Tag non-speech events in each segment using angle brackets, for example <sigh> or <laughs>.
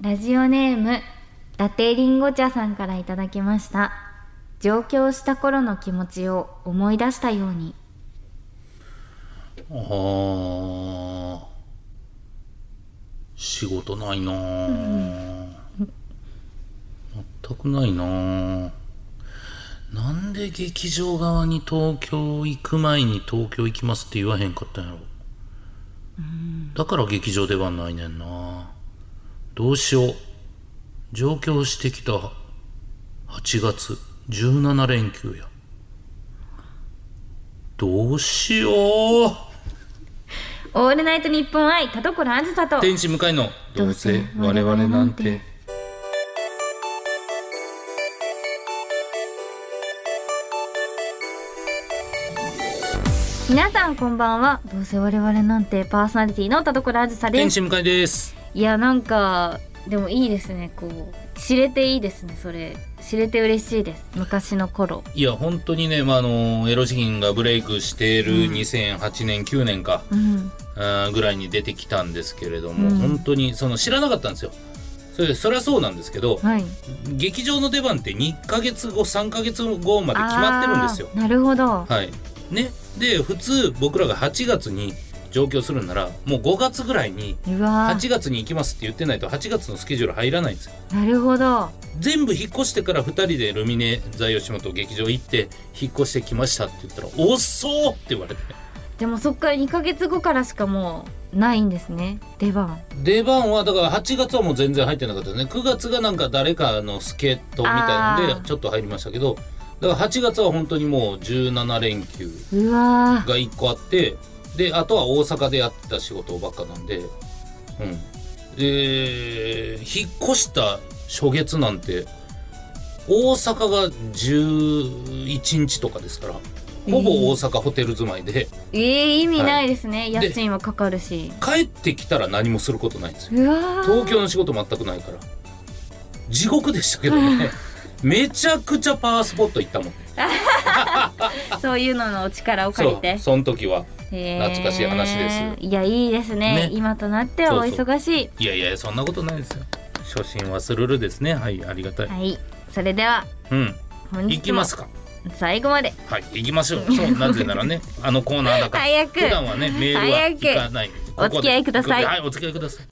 ラジオネーム伊達りんご茶さんからいただきました上京した頃の気持ちを思い出したようにあー仕事ないなあ、全くないなあなんで劇場側に東京行く前に東京行きますって言わへんかったんやろ、だから劇場出番ないねんなどうしよう上京してきた8月17連休やどうしようオールナイトニッポン愛田所あずさと <laughs> 天使向かいのどうせ我々なんて皆さんこんばんはどうせ我々なんてパーソナリティの田所あずさで天す使向かいですいやなんかでもいいですねこう知れていいですねそれ知れて嬉しいです昔の頃いや本当にね、まあ、あのエロ資金がブレイクしている2008年9年か、うんあーぐらいに出てきたんですけれども、うん本当にその知らなかったんですよそれでそれはそうなんですけど、はい劇場の出番って2ヶ月後3ヶ月後まで決まってるんですよあーなるほどはいねで普通僕らが8月に上京するんならもう5月ぐらいにうわ8月に行きますって言ってないと8月のスケジュール入らないんですよーなるほど全部引っ越してから2人でルミネ在吉本劇場行って引っ越してきましたって言ったら「遅っ!」って言われてでもそっから2ヶ月後からしかもうないんですね出番出番はだから8月はもう全然入ってなかったですね9月がなんか誰かの助っ人みたいのあーでちょっと入りましたけどだから8月は本当にもう17連休うわが1個あってであとは大阪でやってた仕事ばっかなんでうんで引っ越した初月なんて大阪が11日とかですからほぼ大阪ホテル住まいで、ーえー、意味ないですね、で家賃はかかるし帰ってきたら何もすることないんですようわー東京の仕事全くないから地獄でしたけどねめちゃくちゃパワースポット行ったもんそういうののお力を <laughs> 借りそうてその時はへー懐かしい話ですいやいいですねね今となってはお忙しいいやいやそんなことないですよ初心はスルルですねはいありがたい、はいそれではうん本行日きもますか最後まではい行きましょうそうなぜな <laughs> らねあのコーナーだから早く普段はねメールは早く行かないここでお付き合いくださいはいお付き合いください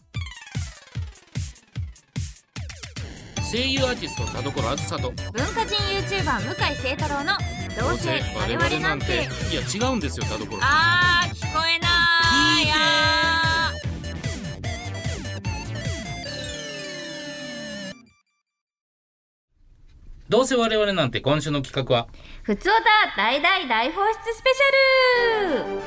声優アーティスト田所あずさと文化人 YouTuber 向井聖太郎の「どうせ我々なんていや違うんですよ田所」あー聞こえないやどうせ我々なんて今週の企画はーふつおた大大大放出スペシャル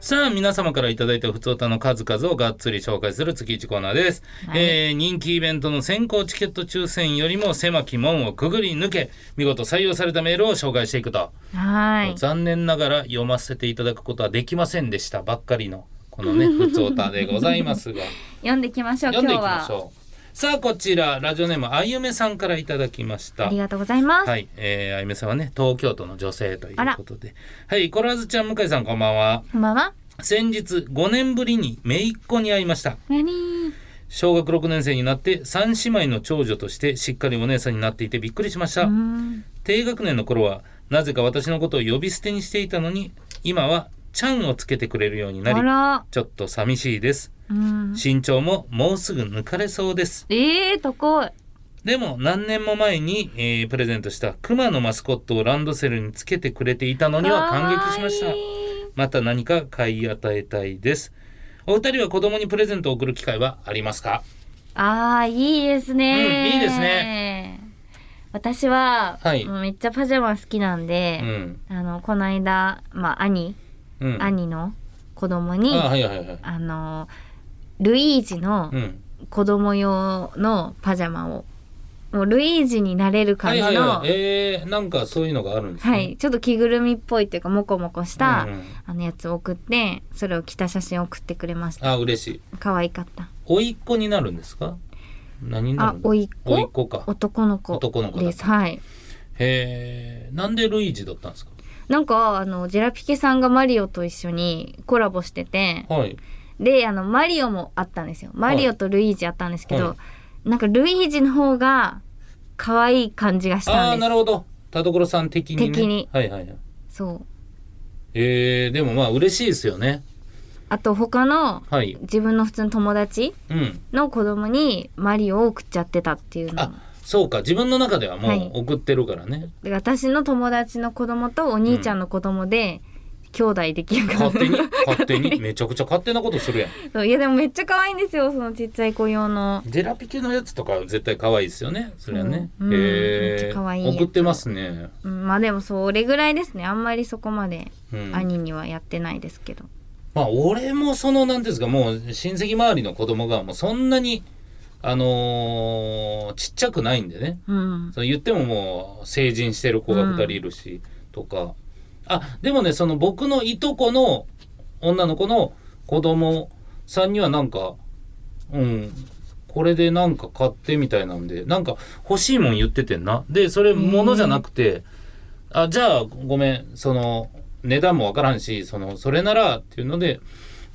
さあ皆様からいただいたふつおたの数々をがっつり紹介する月一コーナーです、はいえー人気イベントの先行チケット抽選よりも狭き門をくぐり抜け見事採用されたメールを紹介していくと、はい残念ながら読ませていただくことはできませんでしたばっかりのこのね <laughs> ふつおたでございますが読んできましょう読んでい今き日まはしょうさあこちらラジオネームあゆめさんからいただきましたありがとうございます、はい、えー、あゆめさんはね東京都の女性といあらうことではいコラーズちゃん向井さんこんばんはこんばんは先日5年ぶりに姪っ子に会いました何小学6年生になって3姉妹の長女としてしっかりお姉さんになっていてびっくりしました、うん低学年の頃はなぜか私のことを呼び捨てにしていたのに今は「ちゃん」をつけてくれるようになありらちょっと寂しいですうん身長ももうすぐ抜かれそうですえー高いでも何年も前に、えープレゼントしたクマのマスコットをランドセルにつけてくれていたのには感激しましたかわいいまた何か買い与えたいですお二人は子供にプレゼントを送る機会はありますかあーいいですね、うんいいですね私は、はいめっちゃパジャマ好きなんうで、ん、あのこの間まあ兄、うん、兄の子供にああはいはいはいのルイージのうん子供用のパジャマをもうルイージになれる感じのははいい、はいはいえー、なんかそういうのがあるんですねちょっと着ぐるみっぽいっていうかモコモコした、うんうんあのやつを送ってそれを着た写真を送ってくれましたあ嬉しい可愛かった甥っ子になるんですか何になあるの甥っ子甥っ子か男の子男の子だですはいへえなんでルイージだったんですかなんかあのジェラピケさんがマリオと一緒にコラボしててはいであのマリオもあったんですよマリオとルイージあったんですけど、はなんかルイージの方が可愛い感じがしたあんあーでなるほど田所さん的にね的にはいはいはいすそうえー、でもまあ嬉しいですよねあと他のはい自分の普通の友達うんの子供にマリオを送っちゃってたっていうのあそうか自分の中ではもはいう送ってるからね、で私の友達の子供とお兄ちゃんの子供で、兄弟できるから勝手に勝手にめちゃくちゃ勝手なことするやん <laughs> そういやでもめっちゃ可愛いんですよそのちっちゃい子用のジェラピケのやつとか絶対可愛いですよねそれはね、うんうんめっえちゃ可愛いやつ送ってますねうんまあでもそれぐらいですねあんまりそこまでうん兄にはやってないですけど、まあ俺もそのなんていうんですかもう親戚周りの子供がもうそんなにあのーちっちゃくないんでねうん、その言ってももう成人してる子が2人いるし、とかあでもねその僕のいとこの女の子の子供さんにはなんかうんこれでなんか買ってみたいなんでなんか欲しいもん言っててんなでそれ物じゃなくてあじゃあごめんその値段もわからんしそのそれならっていうので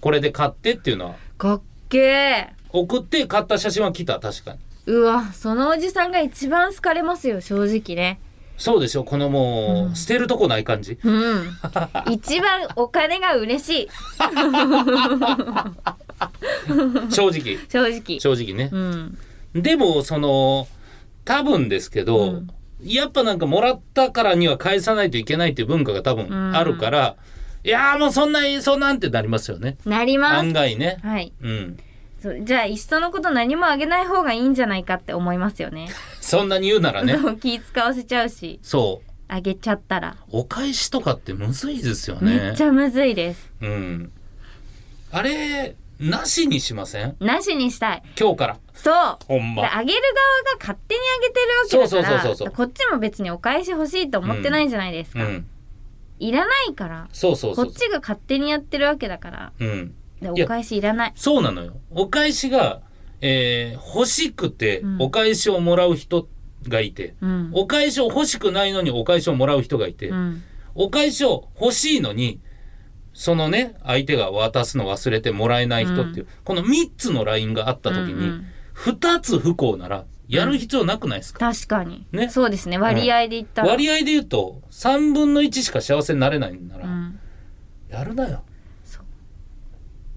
これで買ってっていうのはかっけー送って買った写真は来た確かにうわそのおじさんが一番好かれますよ正直ねそうでしょこのもう、うん捨てるとこない感じうん一番お金が嬉しい正直正直正直ね、うんでもその多分ですけど、うんやっぱなんかもらったからには返さないといけないっていう文化が多分あるから、いやーもうそんなそんなんってなりますよねなりま案す外ねはいうんそうじゃあいっそのこと何もあげない方がいいんじゃないかって思いますよねそんなに言うなら <laughs> ねそう気使わせちゃうしそうあげちゃったら、お返しとかってむずいですよねめっちゃむずいですうんあれなしにしませんなしにしたい今日からそうほんでまあげる側が勝手にあげてるわけだからそうそうそうそうそうこっちも別にお返し欲しいと思ってないじゃないですうか、んいらないからそうそうそうこっちが勝手にやってるわけだからうんでおいや返しいらないそうなのよ。お返しが、えー欲しくてうんお返しをもらう人がいて、うんお返しを欲しくないのにお返しをもらう人がいて、うんお返しを欲しいのに、そのね、相手が渡すの忘れてもらえない人っていう、この3つのラインがあった時うんうにん、 2つ不幸ならやる必要なくないですか、確かに、ねそうですね割合で言ったら、割合で言うと、3分の1しか幸せになれないんなら、うんやるなよ。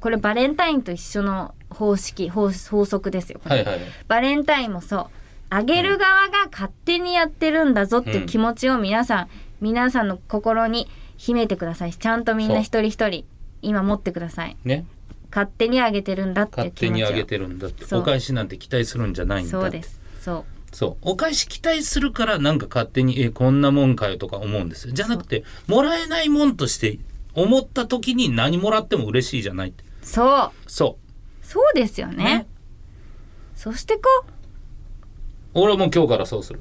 これバレンタインと一緒の方式法法則ですよ、こはれいはい。バレンタインもそうあげる側が勝手にやってるんだぞっていう気持ちを皆さん、皆さんの心に秘めてくださいちゃんとみんなそう一人一人今持ってくださいね。勝手にあげてるんだってい勝う気手持ちにをあげてるんだって。そうお返しなんて期待するんじゃないんだそっうてで。すそうそうお返し期待するからなんか勝手にえこんなもんかよとか思うんですよじゃなくてもらえないもんとして思った時に何もらっても嬉しいじゃないってそうそそうですよねうそしてこ俺はもう今日からそうする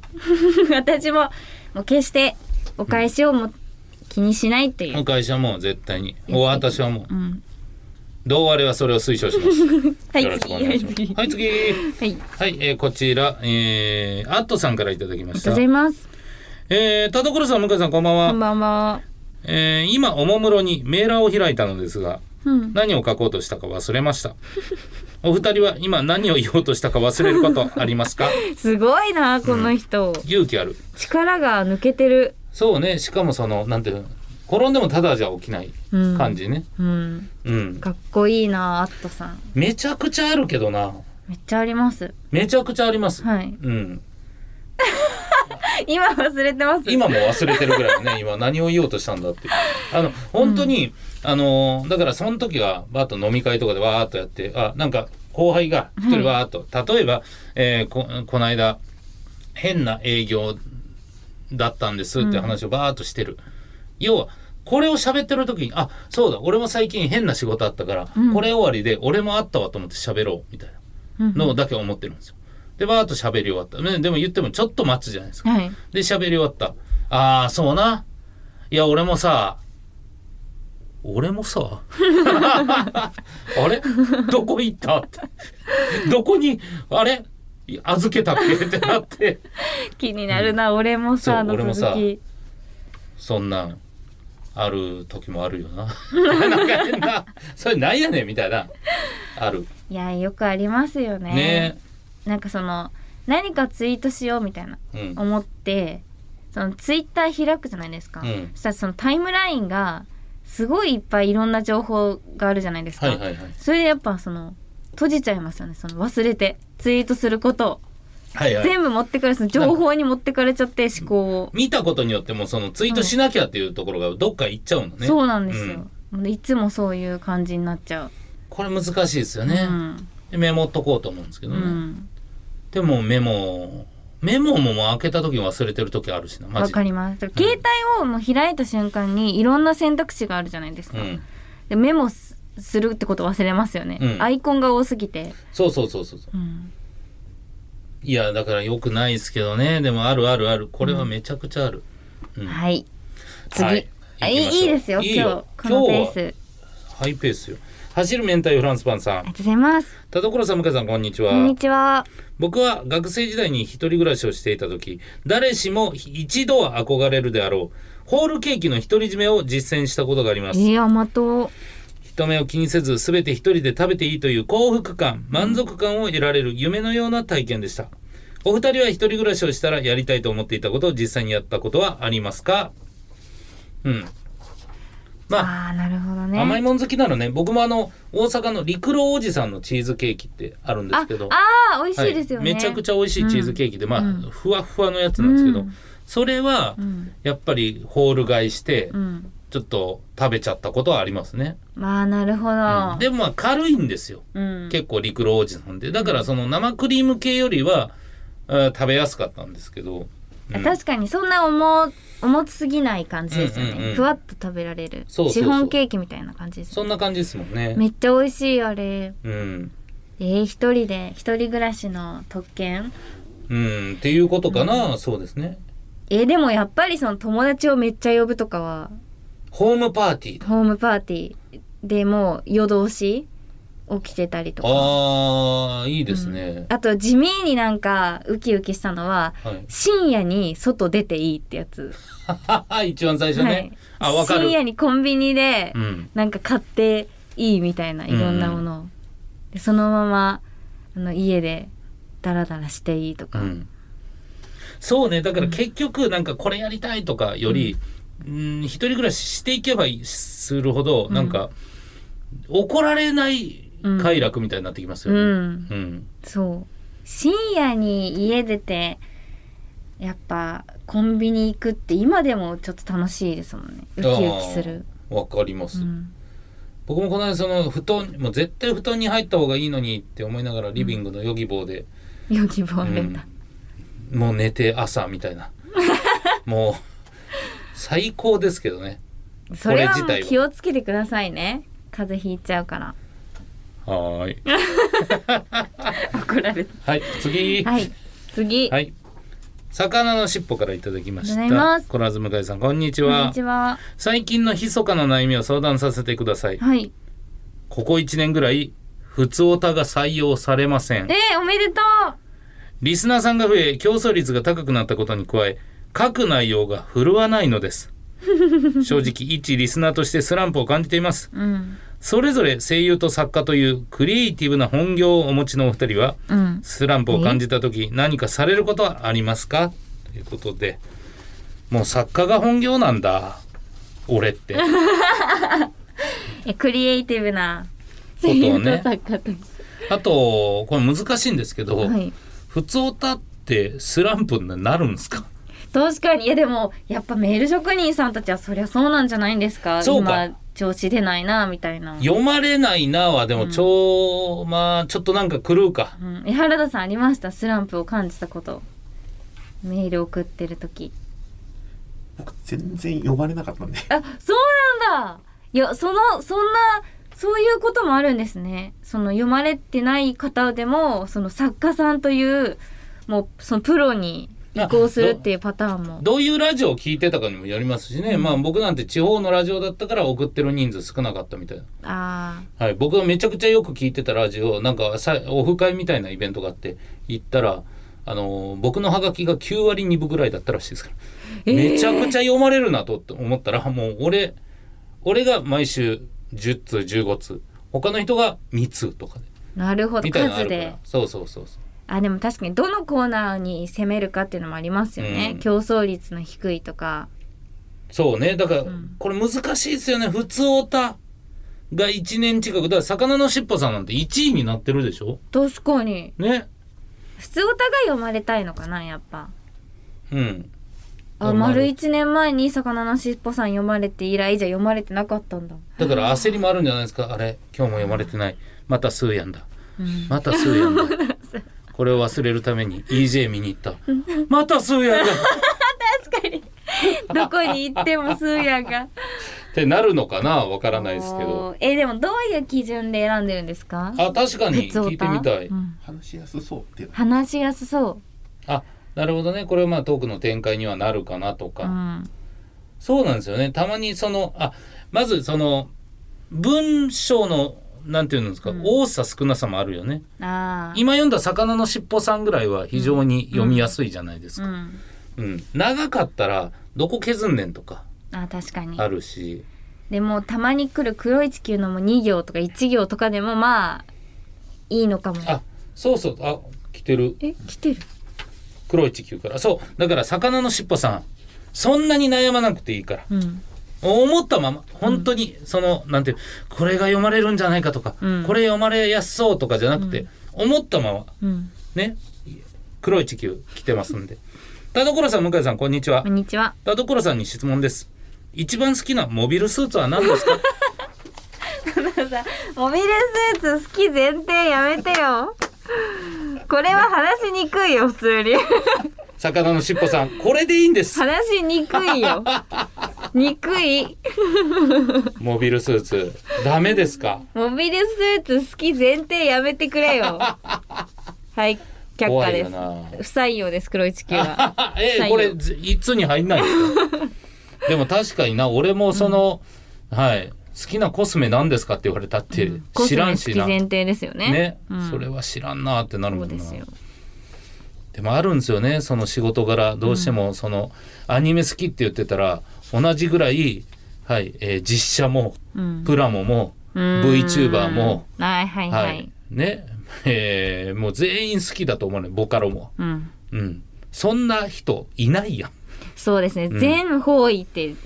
う <laughs> 私ももう決してお返しをもう気にしないっていう、お返しはもう絶対にお私はもううん、どうあれはそれを推奨しま <laughs> すはよろいしくお次願はいいします次はい次はいはい、えーこちらえー、アットさんからいただきありまがしとうたございますえー、田所さん向井さんこんばんこは、んばんはえー今おもむろにメーラーを開いたのですがうん何を書こうとしたか忘れました。お二人は今何を言おうとしたか忘れる <laughs> ことありますかすごいなこの人、勇気ある。力が抜けてるそうね、しかもその、なんていうの、転んでもただじゃ起きないうん感じね。うんうん。かっこいいなアットさんめちゃくちゃあるけどな。めっちゃありますめちゃくちゃあります。はいうん。今忘れてます <laughs> 今も忘れてるぐら <laughs> いね、今何を言おうとしたんだっていう。あの、本当に、あの、だからその時は、バーッと飲み会とかでわーっとやって、あ、なんか後輩が一人わーっと、例えば、えーこ、この間、変な営業だったんですって話をバーッとしてる。要は、これを喋ってる時に、あ、そうだ、俺も最近変な仕事あったから、うんこれ終わりで、俺もあったわと思って喋ろう、みたいうんなのだけ思ってるんですよ。で、バーッと喋り終わった。ね、でも言ってもちょっと待つじゃないですか。はいで、喋り終わった。ああ、そうな。いや、俺もさ、俺もさ、 <laughs> あれどこ行ったって。どこに、あれい預けたっけってなって、気になるな、俺もそうさの俺も続さきそんなん、ある時もあるよななんか変なそれなんやねんみたいなあるいやよくありますよねねなんかその何かツイートしようみたいなうん思ってそのツイッター開くじゃないですか、うんそしたらそのタイムラインがすごいいっぱいいろんな情報があるじゃないですか、はいはいはいそれでやっぱその閉じちゃいますよねその忘れてツイートすることをはいはい全部持ってかれその情報に持ってかれちゃって思考を、見たことによってもそのツイートしなきゃっていうところがどっか行っちゃうのねそうなんですうよ、もういつもそういう感じになっちゃこれ難しいですよう、ね、うんでメモっとこうと思うんですけどうね、んでもメモメモももう開けた時に忘れてる時あるしなマわジかでりますだから携帯をもう開いた瞬間にいろんな選択肢があるじゃないですうか、んでメモすするってこと忘れますよね、うんアイコンが多すぎて、そうそうそうそうそううん、いやだからよくないですけどねでもあるあるあるこれはめちゃくちゃある、うんはい次、はいあい行きましいょういですよいいよ今日このペ今日ーはスハイペースよ走る明太フランスパンさありんがとうございます田所さん向井さんこんにちはこんにちは僕は学生時代に一人暮らしをしていた時誰しも一度は憧れるであろうホールケーキの独り占めを実践したことがありますいやまと人目を気にせず全て一人で食べていいという幸福感満足感を得られる夢のような体験でしたお二人は一人暮らしをしたらやりたいと思っていたことを実際にやったことはありますかうんまあああーなるほどね甘いもん好きなのね僕もあの大阪の陸路おじさんのチーズケーキってあるんであすけどあー美味しいですよね、はいめちゃくちちゃ美味しいチーズケーキで、まあ、うんふわっふわのやつなんですけど、うんそれはうん、やっぱりホール買いしてうん、ちょっと食べちゃったことはありますね、まあなるほうんどでもまあ軽いんですようん結構陸路王子なんでだからその生クリーム系よりは、あー食べやすかったんですけど、うん確かにそんな重重すぎない感じですよね、うんうんうんふわっと食べられるそうそうそシうフォンケーキみたいな感じですそねんな感じですもんねめっちゃ美味しいあれうん、えー、一人で一人暮らしの特権うん、っていうことかな、そうですねえーでもやっぱりその友達をめっちゃ呼ぶとかはホームパーティーホームパーティーでもう夜通し起きてたりとかああいいですね、あと地味になんかウキウキしたのははい深夜に外出ていいってやつ、はは <laughs> 一番最初ね、はあいわか深る夜にコンビニでうんなんか買っていいみたいないろんなものを、でそのままあの家でダラダラしていいとうか、ん、そうねだから結局なんかこれやりたいとかより、うん、一人暮らししていけばいいするほどなんか、怒られない快楽みたいになってきますよね。うんうんそう深夜に家出てやっぱコンビニ行くって今でもちょっと楽しいですもんねウキウキする、わかりまうす、ん、僕もこの間その布団もう絶対布団に入った方がいいのにって思いながらリビングのヨギ棒で、よきぼうれた、んもう寝て朝み <laughs> たいなもう最高ですけどねそれはこれも自う体は気をつけてくださいね風邪ひいちゃうからはーい怒られるはい次はい次、はい。魚の尻尾からいただきましありがとうございまた。すコラズ向井さん、こんにちこんはにち。は最近の密かな悩みを相談させてください。はいここ1年ぐらい、普通オタが採用されませんえ。ー、おめでとリスナーさんが増え、競争率が高くなったことに加え、書く内容が振るわないの <laughs> です。正直、一リスナーとしてスランプを感じています。ううんそれぞれ声優と作家というクリエイティブな本業をお持ちのお二人は、うんスランプを感じた時何かされることはありますかということでもう作家が本業なんだ俺って <laughs> えクリエイティブなことをね声 <laughs> 優と作家とあとこれ難しいんですけど、はい普通歌ってスランプになるんですか確かにいやでもやっぱメール職人さんたちはそりゃそうなんじゃないんですかそうか今調子出ないなみたいな、読まれないなはでもちょ、まあちょっとなんか狂うかうん、え原田さんありましたスランプを感じたことメール送ってる時僕全然呼ばれなかったんであそうなんだいやそのそんなそういうこともあるんですねその読まれてない方でもその作家さんというもうそのプロに移行するっていうパターンもどういうラジオを聞いてたかにもよりますしね、まあ僕なんて地方のラジオだったから送ってる人数少なかったみたいなあはい、僕がめちゃくちゃよく聞いてたラジオなんかさオフ会みたいなイベントがあって行ったらあのー僕のハガキが9割2分ぐらいだったらしいですから、えーめちゃくちゃ読まれるなと思ったらもう俺俺が毎週10通15通他の人が2通とかでなるほどみたいなのあ数るかでらそうそうそうそうあでも確かにどのコーナーに攻めるかっていうのもありますよね、うん競争率の低いとかそうねだから、んこれ難しいですよね普通オタが1年近くだから魚のしっぽさんなんて1位になってるでしょ確かにね普通お互い読まれたいのかなやっぱうんあ読まれ丸1年前に「魚のしっぽさん」読まれて以来じゃ読まれてなかったんだ、だから焦りもあるんじゃないですかあれ今日も読まれてないまた数やんだ <laughs> うんまた数やんだ <laughs> これを忘れるために EJ 見に行ったまた数やんだっ確かにどこに行ってもスーヤがてなるのかなわからないですけどおーえでもどういう基準で選んでるんですかあ確かに普通歌聞いてみたい、うん話しやすそうっていうのは話しやすそあなるほどねこれはまあトークの展開にはなるかなとう、か、うん、そうなんですよねたまにそのあまずその文章のなんていうんですか、うん多さ少なさもあるよねあー今読んだ「魚のしっぽさん」ぐらいは非常に読みやすいじゃないですうか、ん、うん長かったらどこ削んねんとかあ確かにあるし、でもたまに来る黒い地球のも2行とか1行とかでもまあいいのかもあそうそうあ来てるえ来てる黒い地球からそうだから魚のしっぽさんそんなに悩まなくていいからうん思ったまま本当にその、なんていうこれが読まれるんじゃないかとか、うんこれ読まれやすそうとかじゃなくて、思ったままうんね黒い地球来てますんで田所さん向井さんこんにちはこんにちは <laughs> 田所さんに質問です一番好きなモビルスーツは何ですか <laughs> さモビルスーツ好き前提やめてよこれは話しにくいよ普通に魚のしっぽさんこれでいいんです話しにくいよにくいモビルスーツダメですかモビルスーツ好き前提やめてくれよはい却怖下いでよなす不採用です黒い地球は <laughs> え採え用これずいつに入んないですか <laughs> でも確かにな俺もその、はい好きなコスメなんですかって言われたってコス知らメん好しきな、前提ですよねね、うんそれは知らんなってなるそもうんでなすよでもあるんですよねその仕事柄どうしてもその、アニメ好きって言ってたら同じぐらい、はいえー実写もうんプラモも、VTuber も、うーんはいはいは、はいいねえーもう全員好きだと思うねボカロも、うんうん、そんな人いないやんそうですね、ん全方位って違いま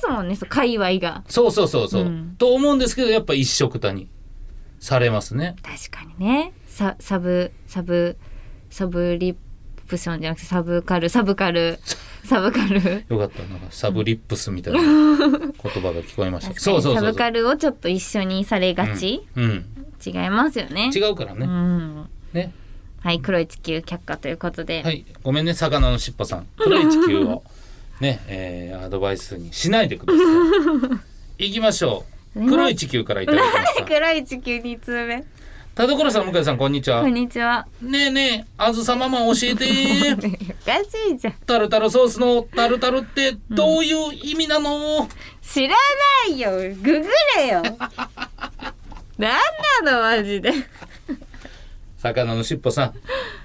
すもんねそう界隈がそうそうそうそう、うんと思うんですけどやっぱ一緒くたにされますね確かにねササブサブサブリプションじゃなくてサブカルサブカ <laughs> ルサブカルよかったなんかサブリップスみたいな言葉が聞こえまし <laughs> 確たかそにうそうサそうブそカうルをちょっと一緒にされがち、うん、うん違いますよね違うからね、うんねはい黒い地球却下ということで、はいごめんね魚のしっぽさん黒い地球をね <laughs> えーアドバイスにしないでください行きましょう黒い地球からいただ <laughs> きました黒い地球2通目田所さん向井さんこんにちはこんにちはねえねえあずさママ教えて <laughs> おかしいじゃんタルタルソースのタルタルってどういう意味なの、知らないよググれ <laughs> よなんなのマジで魚のしっぽさ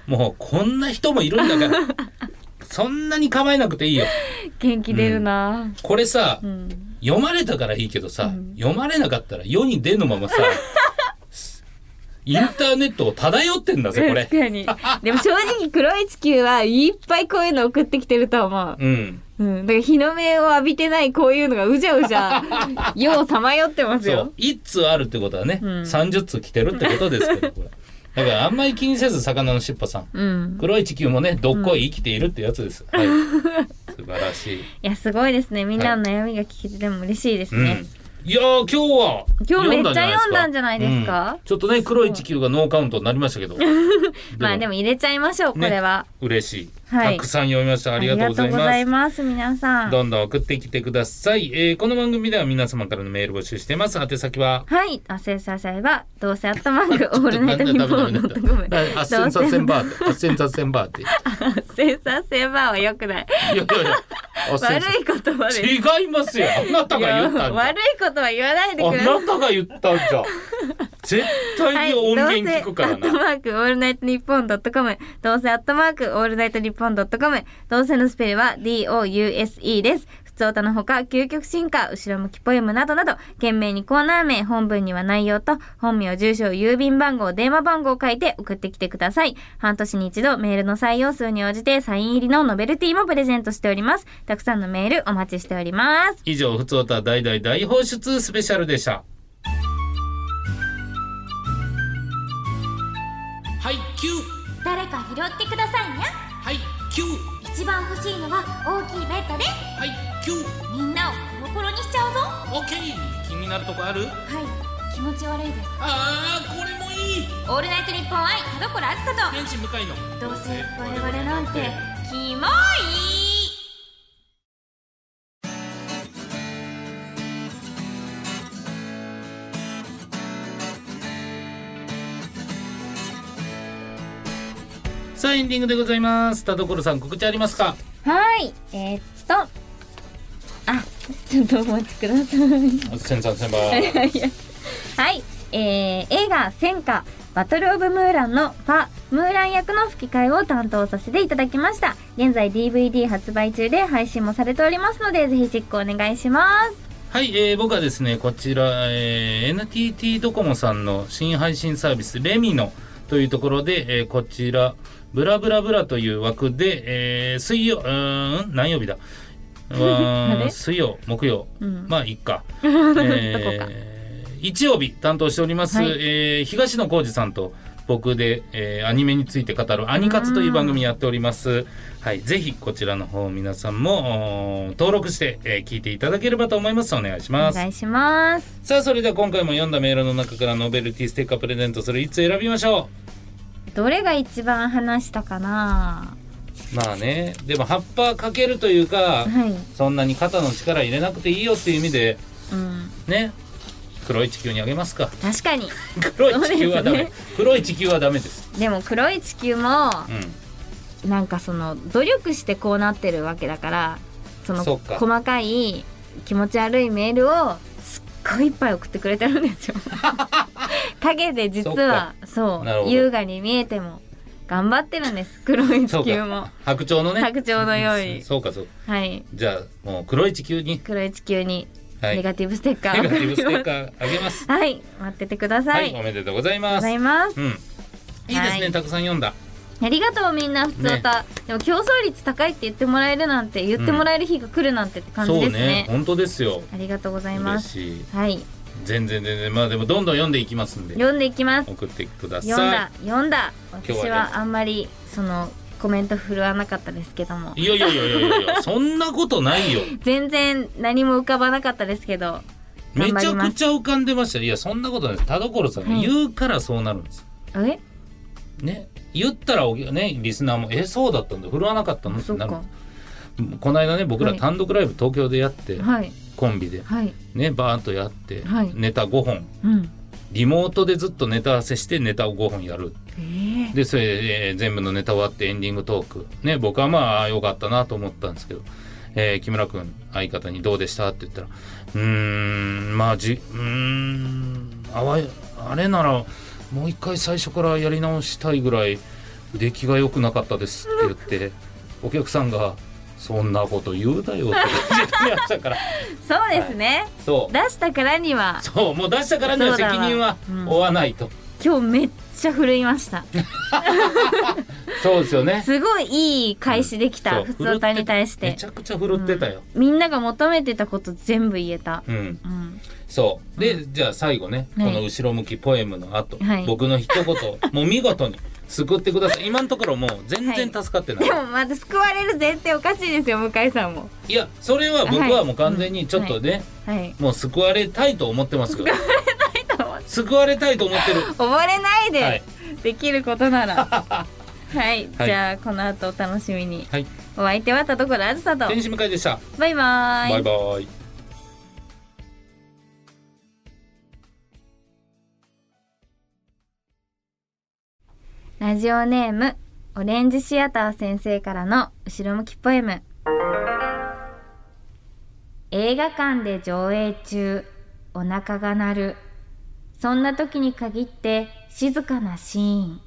んもうこんな人もいるんだから <laughs> そんなに構えなくていいよ元気出るなこれさ、うん、読まれたからいいけどさ、読まれなかったら世に出のままさ <laughs> インターネットを漂ってんだぜこ確れかにでも正直黒い地球はいっぱいこういうの送ってきてると思う、うんうん、だから日の目を浴びてないこういうのがうじゃうじ <laughs> ゃようさまよってますそよう1通あるってことはね、うん30通来てるってことですけど <laughs> これだからあんまり気にせず魚のしっぽさんうん黒い地球もねどっこい生きているってやつです、 <laughs> はい、素晴らしいいやすごいですねみんなの悩みが聞けてでも嬉しいですうんね、いやー今日は今日めっちゃ読読んんだだんんじじゃゃなないいでですすか、かうんちょっとね黒い地球がノーカウントになりましたけどまあでも入れちゃいましょうこねれは、嬉しい、はいたくさん読みましたありがとうござあいりがとうごまざすいます皆さんどんどん送ってきてください、えーこの番組では皆様からのメール募集してます宛先ははい、あせさせば、どうせあったまぐ、オールナイトニッポンドットコム。どあうっせせあんっさせんバーってあっせんさせんバーっていせさせばは良くない。やいやいやあっせ悪んさい言葉です。違いますよあなたが言いやったんじゃ悪いことは言わないでくださあなたが言ったんじゃ絶対い。に音源聞くかどらうせアットな、マークオールナイトニッポンドットコムどうせアットマークオールナイトニッポンドットコムどうせのスペルは DOUSE です普普通歌のほか究極進化後ろ向きポエムなどなど懸命にコーナー名本文には内容と本名住所郵便番号電話番号を書いて送ってきてください半年に一度メールの採用数に応じてサイン入りのノベルティもプレゼントしておりますたくさんのメールお待ちしております以上、ふつおた大大大放出スペシャルでした。はい、キュー誰か拾ってくださいにゃはい、キュー一番欲しいのは大きいベッドですはい、キューみんなをコロコロにしちゃうぞはオッケー気になるとこあるい気持ち悪いですあー、これもいいオールナイトニッポン愛田所あずさ天使向かいの。とどうせ我々なんてキモいさあ、エンディングでございます。田所さん、告知ありますかはいえーっとあちょっとお待ちください千三千番。はい、えー、映画「戦火バトル・オブ・ムーラン」のファ・ムーラン役の吹き替えを担当させていただきました現在 DVD 発売中で配信もされておりますのでぜひチェックお願いしますはい、えー僕はですね、こちら、えー NTT ドコモさんの新配信サービス、レミノというところで、えーこちら、ブラブラブラという枠で、えー水曜、うーん、何曜日だう <laughs> あーんれ水曜、木曜、うんまあ、いっか。 <laughs> どこかえー日曜日担当しております、はいえー東野幸治さんと僕で、えーアニメについて語る「アニ活」という番組やっております。はい、ぜひこちらの方皆さんもおー登録して、えー聞いていただければと思います。お願いしおます。願いしますさあそれでは今回も読んだメールの中からノベルティステッカープレゼントするいつ選びましょどれが一番話したかなう。まあね、でも葉っぱかけるというか、はいそんなに肩の力入れなくていいよっていう意味でうんね、黒い地球にあげますか。 <laughs> 確かに黒い地球はダメ、そうで黒い地球はダメです、でも黒い地球もうなんかその努力してこうなってるわけだからそのそっか細かい気持ち悪いメールをすっごいいっぱい送ってくれてるんです <laughs> よ陰で実はそなるほうど優雅に見えても頑張ってるんです黒いそう地か球も白鳥のね <laughs> 白鳥のようにそうかそうかはいじゃあもう黒い地球に黒い地球にはいネガティブステッカネーガティブステッカーーあげます <laughs> はい待っててくださ、はいい、おめでとうございまごすざいますうんいいですはねいたくさん読んだありがとうみんな普通歌、でも競争率高いって言ってもらえるなんて言ってもらえる日が来るなんてって感じそでうすね,、ね本当ですよありがとうございま嬉すしいはい全然全然まあでもどんどん読んでいきますんで読んでいきます送ってください読んだ読んだ今日は私ねはあんまりそのコメント振るわなかったですけどもいやいやいやいやいやい <laughs> やそんなことないよ全然何も浮かばなかったですけどめ頑張ちゃりまくすちゃ浮かんでましたよいやそんなことないです田所さんがはい言うからそうなるんです、えね言ったらおねリスナーも「えそうだったんだ振るわなかったの?」ってそっなるかこの間ね僕らはい単独ライブ東京でやって、はいコンビではいねバーンとやって、はいネタ5本うんリモートでずっとネタ合わせしてネタを5本やるえー、でそれ、えー全部のネタ終わってエンディングトークね僕はまあ良かったなと思ったんですけど、えー木村君相方に「どうでした?」って言ったら「うーんまあじうーんあわいあれならもう一回最初からやり直したいぐらい出来が良くなかったです」って言ってお客さんが「そんなこと言うだよ」って言ってましたからそうですね、そう出したからにはそうもう出したからにはそうだわ責任はうん負わないと、今日めっちゃ振るいましたそうですよね。すごいいい返しできた、そう普通歌に対してめちゃくちゃ振るってたよ、みんなが求めてたこと全部言えたうんうんそうで、じゃあ最後ね、はいこの後ろ向きポエムの後、はい僕の一言もう見事に救ってください今のところもう全然助かってない、でもまた救われる前提おかしいですよ向井さんもい、やそれは僕はもう完全にちょっとね、はいもう救われたいと思ってますけど救われたいと思ってる溺れないで、はいできることな <laughs> らはい、じゃあこの後お楽しみにはいお相手は田所あずさと天使向井でした、バイバーイバイバイラジオネームオレンジシアター先生からの後ろ向きポエム映画館で上映中お腹が鳴るそんな時に限って静かなシーン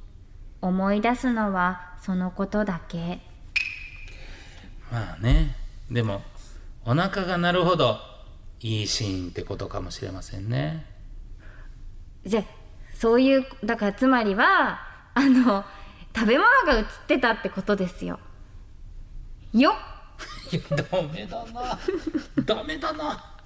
思い出すのはそのことだけまあねでもおお腹がなるほどいいシーンってことかもしれませんねじゃあそういうだからつまりはあの食べ物が映ってたってことですよよっいやダメだなダメだな